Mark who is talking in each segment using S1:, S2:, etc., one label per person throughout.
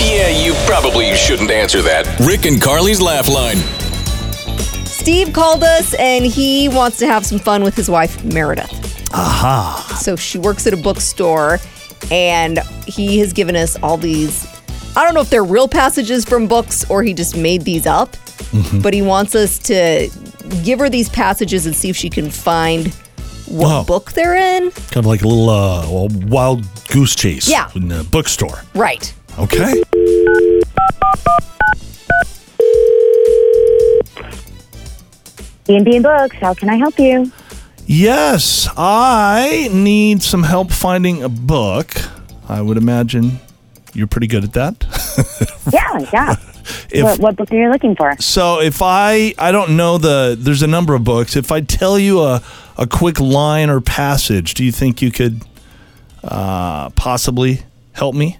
S1: Yeah, you probably shouldn't answer that.
S2: Rick and Carly's Laugh Line.
S3: Steve called us and he wants to have some fun with his wife, Meredith. Aha. So she works at a bookstore and he has given us all these. I don't know if they're real passages from books or he just made these up,
S4: Mm-hmm.
S3: but he wants us to give her these passages and see if she can find what
S4: Wow.
S3: book they're in.
S4: Kind of like a little uh, wild goose chase
S3: Yeah.
S4: in the bookstore.
S3: Right.
S4: Okay.
S5: B and B Books. How can I help you?
S4: Yes, I need some help finding a book. I would imagine you're pretty good at that.
S5: Yeah, yeah.
S4: If
S5: what, what book are you looking for?
S4: so, if I I don't know the there's a number of books. If I tell you a a quick line or passage, do you think you could uh, possibly help me?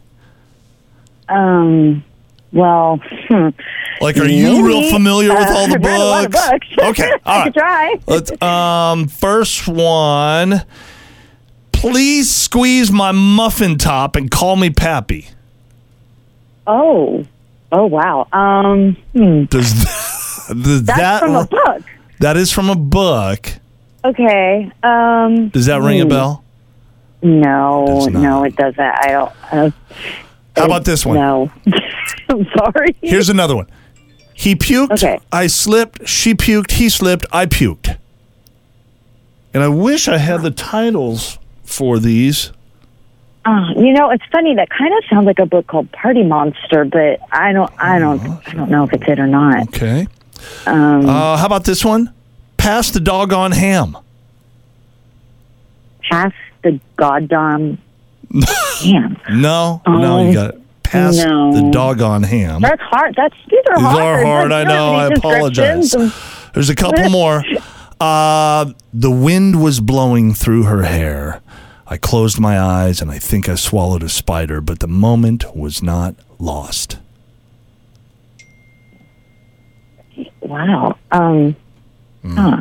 S5: Um, well, hmm.
S4: Like, are you real
S5: Maybe.
S4: familiar with all the
S5: I've
S4: books?
S5: read a lot of books.
S4: Okay, all
S5: I
S4: right.
S5: could try.
S4: Let's, um, first one. Please squeeze my muffin top and call me Pappy.
S5: Oh, oh wow. Um, hmm.
S4: Does th- does
S5: that's
S4: that
S5: from a book.
S4: that is from a book?
S5: Okay. Um,
S4: Does that ring a
S5: hmm.
S4: bell?
S5: No,
S4: Does not.
S5: no, it doesn't. I don't. Uh,
S4: How about this one?
S5: No, I'm sorry.
S4: Here's another one. He puked.
S5: Okay.
S4: I slipped. She puked. He slipped. I puked. And I wish I had the titles for these.
S5: Uh, you know, it's funny. That kind of sounds like a book called Party Monster, but I don't, I don't, I don't know if it's it or not.
S4: Okay. Um, uh, how about this one? Pass the doggone ham.
S5: Pass the goddamn. Damn,
S4: No, no, you
S5: Um,
S4: got it. Pass
S5: no.
S4: the doggone ham.
S5: that's hard. That's these are
S4: These
S5: hard.
S4: are hard. I
S5: That's
S4: know. I
S5: not any
S4: apologize.
S5: descriptions.
S4: There's a couple more. Uh, the wind was blowing through her hair. I closed my eyes and I think I swallowed a spider, but the moment was not lost.
S5: Wow. Um.
S4: Hmm.
S5: Huh.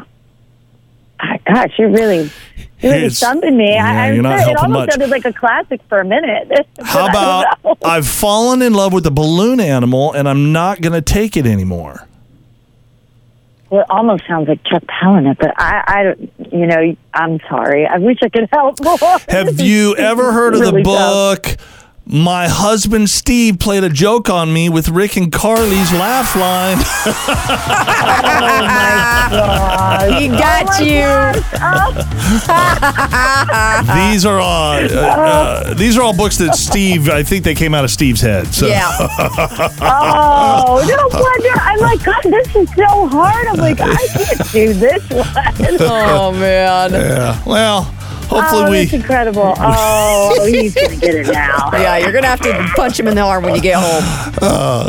S5: Ah, Gosh, you're really, you're really
S4: Here's-
S5: stumping me.
S4: Yeah,
S5: I, I'm
S4: you're not
S5: sorry, it
S4: helping
S5: almost
S4: much.
S5: sounded like a classic for a minute.
S4: How
S5: But I don't
S4: about
S5: know.
S4: I've fallen in love with a balloon animal and I'm not going to take it anymore?
S5: Well, it almost sounds like Chuck Palahniuk, but I, I, don't- you know, I'm sorry. I wish I could help more.
S4: Have you ever heard of the
S5: Really tough.
S4: book? My husband Steve played a joke on me with Rick and Carly's laugh line.
S3: He got Oh, you.
S4: these are all uh, uh, these are all books that Steve. I think they came out of Steve's head. So
S3: Yeah.
S5: Oh, no wonder. I'm like, God, this is so hard. I'm like, I can't do this one.
S3: Oh, man.
S4: Yeah. uh, Well, hopefully
S5: Oh,
S4: we.
S5: that's incredible. Oh, he's going to get it now.
S3: Yeah, you're going to have to punch him in the arm when you get home.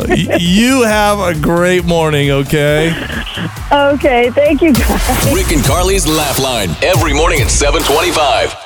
S4: y- you have a great morning. Okay.
S5: Okay, thank you, guys.
S2: Rick and Carly's Laugh Line.
S1: Every morning at 725.